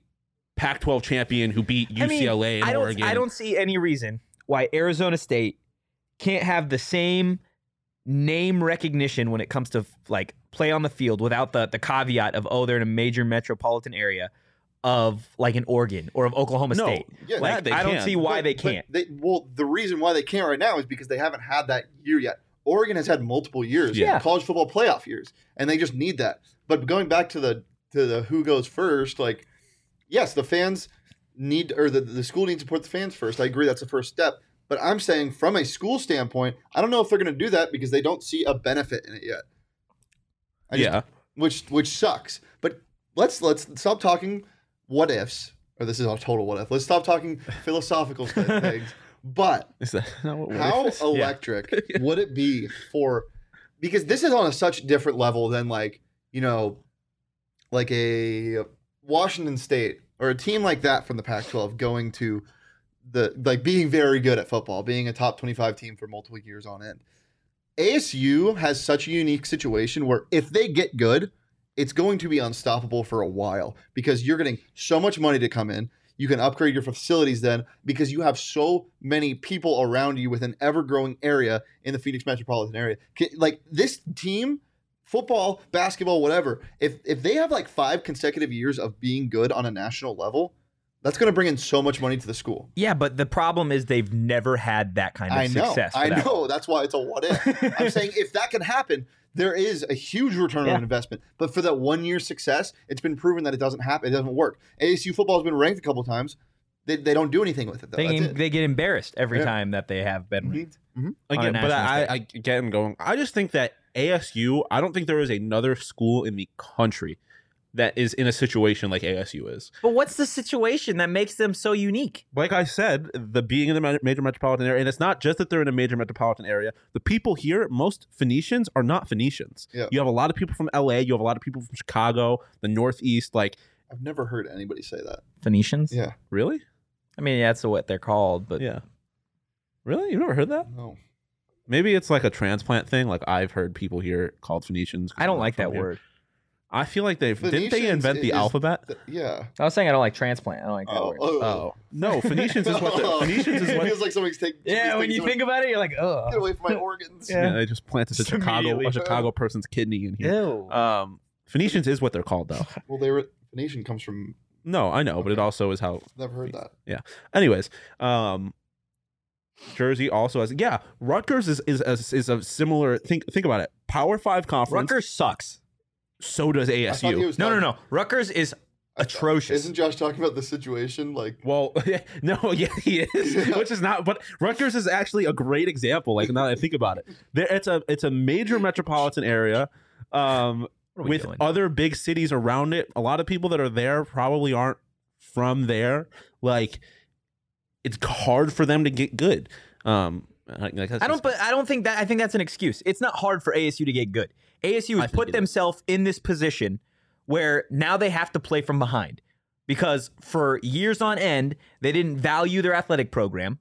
Pac-12 champion who beat UCLA I mean, and I don't, Oregon. I don't see any reason why Arizona State can't have the same name recognition when it comes to like play on the field without the the caveat of oh they're in a major metropolitan area of like an Oregon or of Oklahoma No, State. yeah, like that they I don't can. see why But- they but can't. They, well, the reason why they can't right now is because they haven't had that year yet. Oregon has had multiple years, Yeah. college football playoff years, and they just need that. But going back to the to the who goes first, like yes, the fans need or the, the school needs to put the fans first. I agree that's the first step. But I'm saying from a school standpoint, I don't know if they're going to do that because they don't see a benefit in it yet. I just- yeah, which which sucks. But let's let's stop talking what ifs. Or this is our total what if. Let's stop talking philosophical th- things. But is that not what how electric would it be for? Because this is on a such different level than like you know, like a Washington State or a team like that from the Pac-12 going to the like being very good at football, being a top 25 team for multiple years on end. ASU has such a unique situation where if they get good, it's going to be unstoppable for a while because you're getting so much money to come in. You can upgrade your facilities then because you have so many people around you with an ever growing area in the Phoenix metropolitan area. Ki- Like this team, football, basketball, whatever, if if they have like five consecutive years of being good on a national level, that's going to bring in so much money to the school. Yeah, but the problem is they've never had that kind of I know. success. for I that know. long. That's why it's a what if. I'm saying if that can happen, there is a huge return Yeah. on investment. But for that one year success, it's been proven that it doesn't happen. It doesn't work. ASU football has been ranked a couple times. They, they don't do anything with it though. They, That's it. they get embarrassed every Yeah. time that they have been Mhm. ranked. on a again, but national I, stage. I again going. I just think that ASU. I don't think there is another school in the country that is in a situation like ASU is. But what's the situation that makes them so unique? like I said, the being in the ma- major metropolitan area, and it's not just that they're in a major metropolitan area. The people here, most Phoenicians are not Phoenicians. Yeah. You have a lot of people from LA. You have a lot of people from Chicago, the Northeast. Like, I've never heard anybody say that. Phoenicians? Yeah. really? I mean, that's what they're called, but Yeah. Really? You've never heard that? No. Maybe it's like a transplant thing. Like I've heard people here called Phoenicians. 'cause I don't they're like from that here. word. I feel like they've didn't they Phoenicians invent the is- alphabet? Th- yeah. I was saying I don't like transplant. I don't like that Oh, word. oh. oh no, Phoenicians is what the, Phoenicians is it what. feels like somebody's taking. yeah, when somebody's you taking think about it, you're like, someone- oh, get away from my organs. Yeah. Yeah, they just planted a Just Chicago a immediately. Chicago person's kidney in here. ew. Um, Phoenicians is what they're called though. Well, they were Phoenician comes from. No, I know, but it also is how. Never heard that. Anyways, um, Jersey also has yeah. Rutgers is is is, is a similar think think about it. Power five conference. Rutgers sucks. So does I thought he ASU. was No, no, talking- no. Rutgers is I thought- atrocious. Isn't Josh talking about the situation? Like, Well, no, yeah, he is, which is not. But Rutgers is actually a great example. Like now that I think about it, there it's a it's a major metropolitan area. Um, What are we with doing? other big cities around it. A lot of people that are there probably aren't from there, like it's hard for them to get good. Um, like, like I don't. But I don't think that. I think that's an excuse. It's not hard for ASU to get good. ASU I has think it put is. themselves in this position where now they have to play from behind because for years on end they didn't value their athletic program.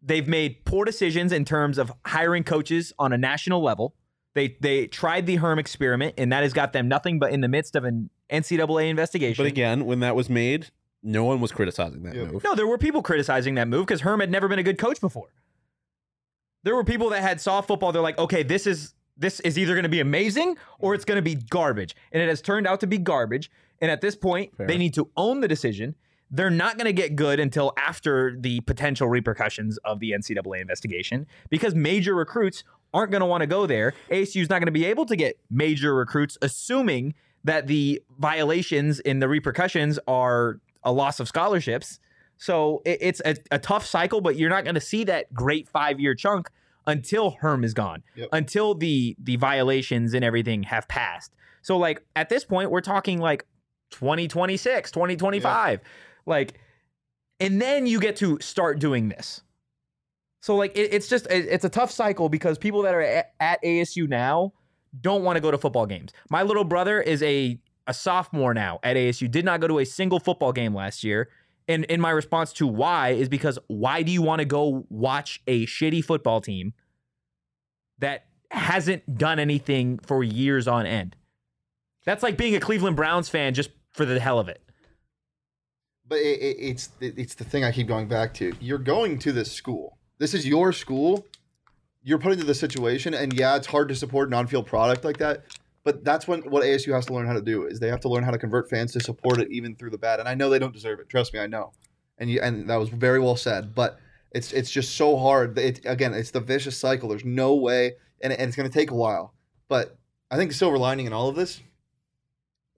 They've made poor decisions in terms of hiring coaches on a national level. They they tried the Herm experiment and that has got them nothing but in the midst of an NCAA investigation. But again, when that was made, no one was criticizing that Yep. move. No, there were people criticizing that move because Herm had never been a good coach before. There were people that had soft football. They're like, okay, this is this is either going to be amazing or it's going to be garbage, and it has turned out to be garbage. And at this point, Fair. they need to own the decision. They're not going to get good until after the potential repercussions of the NCAA investigation because major recruits aren't going to want to go there. ASU is not going to be able to get major recruits, assuming that the violations and the repercussions are a loss of scholarships. So it, it's a, a tough cycle, but you're not going to see that great five year chunk until Herm is gone, Yep. until the the violations and everything have passed. So like at this point, we're talking like 2026, 2025, like, and then you get to start doing this. So like it, it's just it- it's a tough cycle because people that are at, at ASU now don't want to go to football games. My little brother is a a sophomore now at ASU. Did not go to a single football game last year. And in my response to why is because why do you want to go watch a shitty football team that hasn't done anything for years on end? That's like being a Cleveland Browns fan just for the hell of it. But it, it, it's it- it's the thing I keep going back to. You're going to this school. This is your school. You're put into the situation, and yeah, it's hard to support an on-field product like that. But that's when what ASU has to learn how to do is they have to learn how to convert fans to support it even through the bad. And I know they don't deserve it. Trust me, I know. And you and that was very well said. But it's it's just so hard. It again, it's the vicious cycle. There's no way, and, and it's going to take a while. But I think the silver lining in all of this,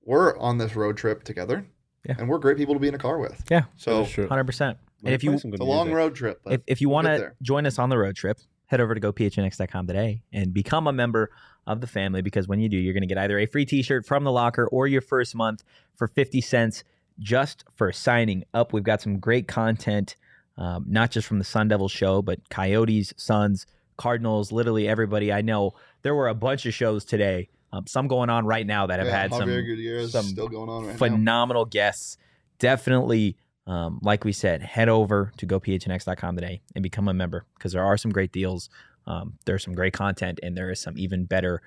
we're on this road trip together, Yeah. and we're great people to be in a car with. Yeah. So That's true. 100%. And Let's if play you some good it's a long music. road trip. But if, if you want to there. join us on the road trip, head over to gophnx.com today and become a member of the family because when you do, you're going to get either a free t-shirt from the locker or your first month for 50 cents just for signing up. We've got some great content, um, not just from the Sun Devil show, but Coyotes, Suns, Cardinals, literally everybody I know. There were a bunch of shows today, um, some going on right now that have Yeah, had Javier some Gutierrez is some still going on right now. phenomenal guests. Definitely, um, like we said, head over to gophnx.com today and become a member because there are some great deals. Um, there's some great content and there is some even better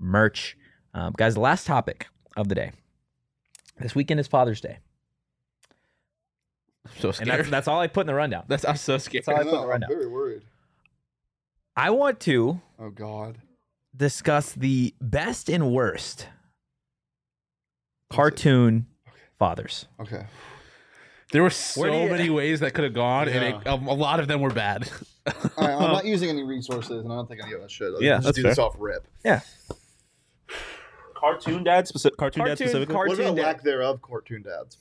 merch. Um, guys, the last topic of the day. This weekend is Father's Day. I'm so And scared. that's, that's all I put in the rundown. That's I'm so scared. That's all I I put in know, the rundown. I'm very worried. I want to Oh God. discuss the best and worst cartoon fathers. Okay. There were so Where do you- many ways that could have gone, and it, Yeah. um, a lot of them were bad. All right, I'm not using any resources, and I don't think any of us should. Let's Yeah, just that's do this fair. off rip. Cartoon dad, specific, cartoon, dad Cartoon- specifically. car- what about dad. lack thereof cartoon dads?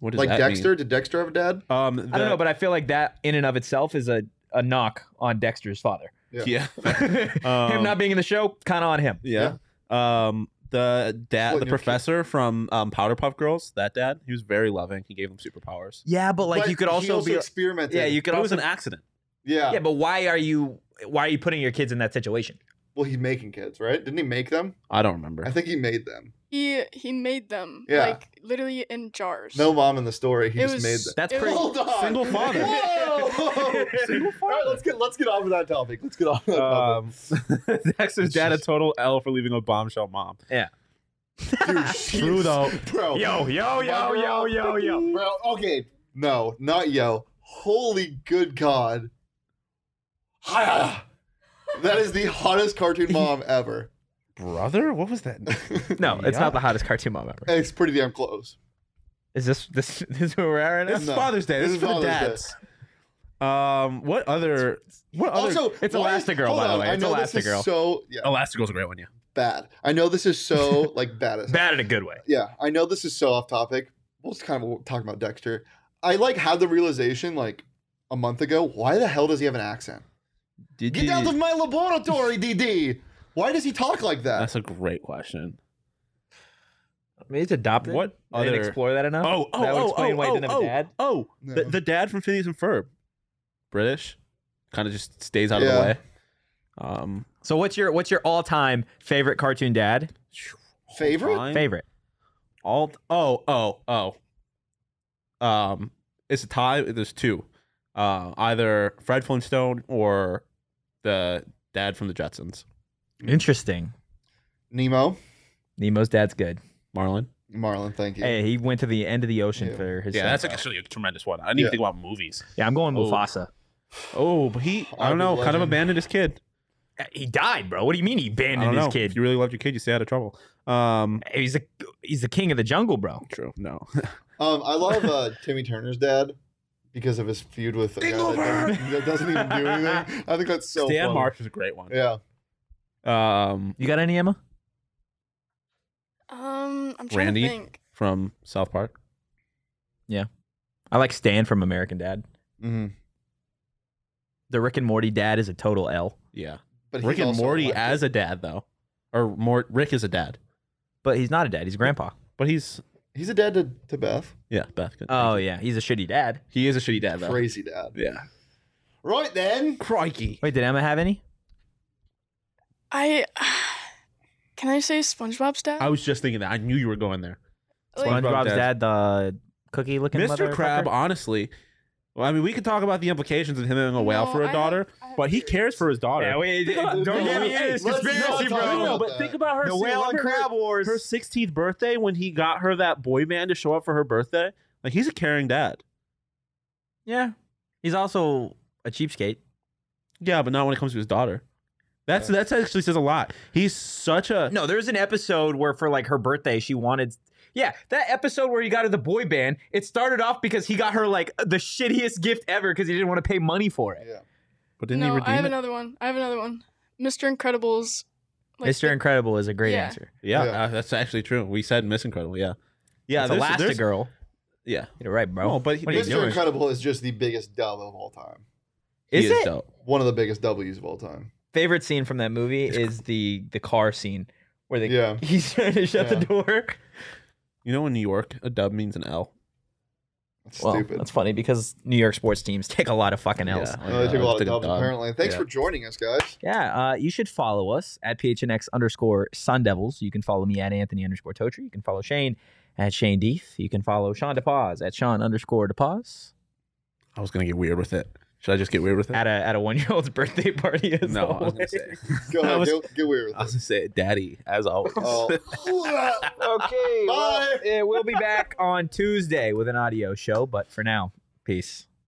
what does Like that Dexter? Did Dexter have a dad? mean? Um, I don't know, but I feel like that in and of itself is a, a knock on Dexter's father. I- yeah, him Um, not being in the show, kind of on him. yeah. Um, the dad, What, the your kid- professor from um, Powder Puff Girls, that dad, he was very loving. He gave them superpowers. Yeah, but like But you could he also, be. experimented. yeah, you could But it was also. an accident. Yeah. yeah, but why are you? Why are you putting your kids in that situation? Well, he's making kids, right? Didn't he make them? I don't remember. I think he made them. He he made them Yeah. like literally in jars. No mom in the story. He It just was- made them. That's it pretty. was- Hold on. Single father. Whoa. Single All right, let's get let's get off of that topic. Let's get off of that topic. um, Dexter's dad a total L for leaving a bombshell mom. Dude, she's- True though. Bro. Yo, yo, yo, Mother yo, of- yo, yo. Bro, okay. No, not yo. Holy good God. Hiya. That is the hottest cartoon mom ever. Brother, what was that? no, it's not the hottest cartoon mom ever. It's pretty damn close. Is this this this is where we're at right now? This is No. Father's Day. This, This is is for the Father's dads. Um, what other? What other? Also, Oh, it's why is- Elastigirl, hold by the on, way. I It's know this is Elastigirl. Oh. So yeah, Elastigirl's a great one, yeah. bad. I know this is so like bad as Bad in a good way. yeah, I know this is so off topic. We'll just kind of talk about Dexter. I like had the realization like a month ago. Why the hell does he have an accent? Did Get out of my laboratory, DD. Why does he talk like that? That's a great question. Maybe it's adopted. What I didn't other- explore that enough. Oh, oh, that would oh, explain oh, why he oh, didn't have oh, a dad. Oh, the, No. the dad from Phineas and Ferb, British, kind of just stays out of Yeah. the way. Um, So what's your what's your all time favorite cartoon dad? Favorite? Mm. time- Favorite. All oh oh oh. Um, it's a tie. There's two, uh, either Fred Flintstone or the dad from the Jetsons, Interesting. Nemo, Nemo's dad's good. Marlon. Marlin. Thank you. Hey, he went to the end of the ocean Yeah. for his. Yeah, son, that's though. like actually a tremendous one. I didn't Yeah. even think about movies. yeah. I'm going Oh. Mufasa. Oh, but he I Army don't know, kind of legend. abandoned his kid. He died, bro. What do you mean he I abandoned don't know. his kid? If you really loved your kid, you stay out of trouble. Um, He's the he's the king of the jungle, bro. true. No. Um, I love uh, Timmy Turner's dad because of his feud with a guy that doesn't, that doesn't even do anything. I think that's so Stan funny. Marsh is a great one. Yeah. Um, You got any Emma? Um, I'm trying Randy? to think. from South Park. I like Stan from American Dad. hmm The Rick and Morty dad is a total L, Yeah. But Rick and Morty as a dad though, or Mort Rick is a dad, but he's not a dad. He's a grandpa. but he's he's a dad to, to Beth. yeah. Beth. good. Oh yeah, he's a shitty dad. he is a shitty dad though. Crazy dad. Yeah. Right then. Crikey. Wait, did Emma have any? I can I say SpongeBob's dad? I was just thinking that. I knew you were going there. Like, SpongeBob's SpongeBob's dad, the cookie looking Mr. Crab, honestly. Well, I mean, we could talk about the implications of him having a whale No, for I a have- daughter, I have but he theories. cares for his daughter. wait, Think about- don't get me in this conspiracy, bro. No, no, about but that. think about her. The seeing- whale and remember her- crab wars. Her 16th birthday when he got her that boy band to show up for her birthday. Like he's a caring dad. Yeah, he's also a cheapskate. Yeah, but not when it comes to his daughter. That's Yeah. that's actually says a lot. He's such a No, there's an episode where for like her birthday, she wanted. Yeah, that episode where he got her the boy band. It started off because he got her like the shittiest gift ever because he didn't want to pay money for it. Yeah. But didn't he no, redeem I have it? another one. I have another one. Mr. Incredibles. like, Mr. Incredible is a great Yeah. answer. Yeah, Yeah. uh, that's actually true. We said Miss Incredible. Yeah, yeah. Yeah, it's there's- there's- Elastigirl. Yeah. You're right, bro. No, but he, What are you Mr. doing? Incredible is just the biggest dub of all time. he Is is it? dope. One of the biggest W's of all time. Favorite scene from that movie is the the car scene where they Yeah. he's trying to shut the Yeah. door. You know, in New York, a dub means an L. That's Well, stupid. that's funny because New York sports teams Oh, take a lot of fucking Yeah, L's. like, No, they uh, took a lot took of a dubs, dub. apparently. Thanks Yeah. for joining us, guys. Yeah, uh, you should follow us at PHNX underscore Sun Devils. You can follow me at Anthony underscore Totri. You can follow Shane at Shane Deeth. You can follow Sean DePaz at Sean underscore DePaz. I was gonna get weird with it. Should I just get weird with it? At a at a one year old's birthday party. As no, I was gonna always. say. Go I ahead, was- get, get weird I was with it. gonna say, Daddy, as always. Oh. okay. well, Bye. eh, we'll be back on Tuesday with an audio show, but for now, peace.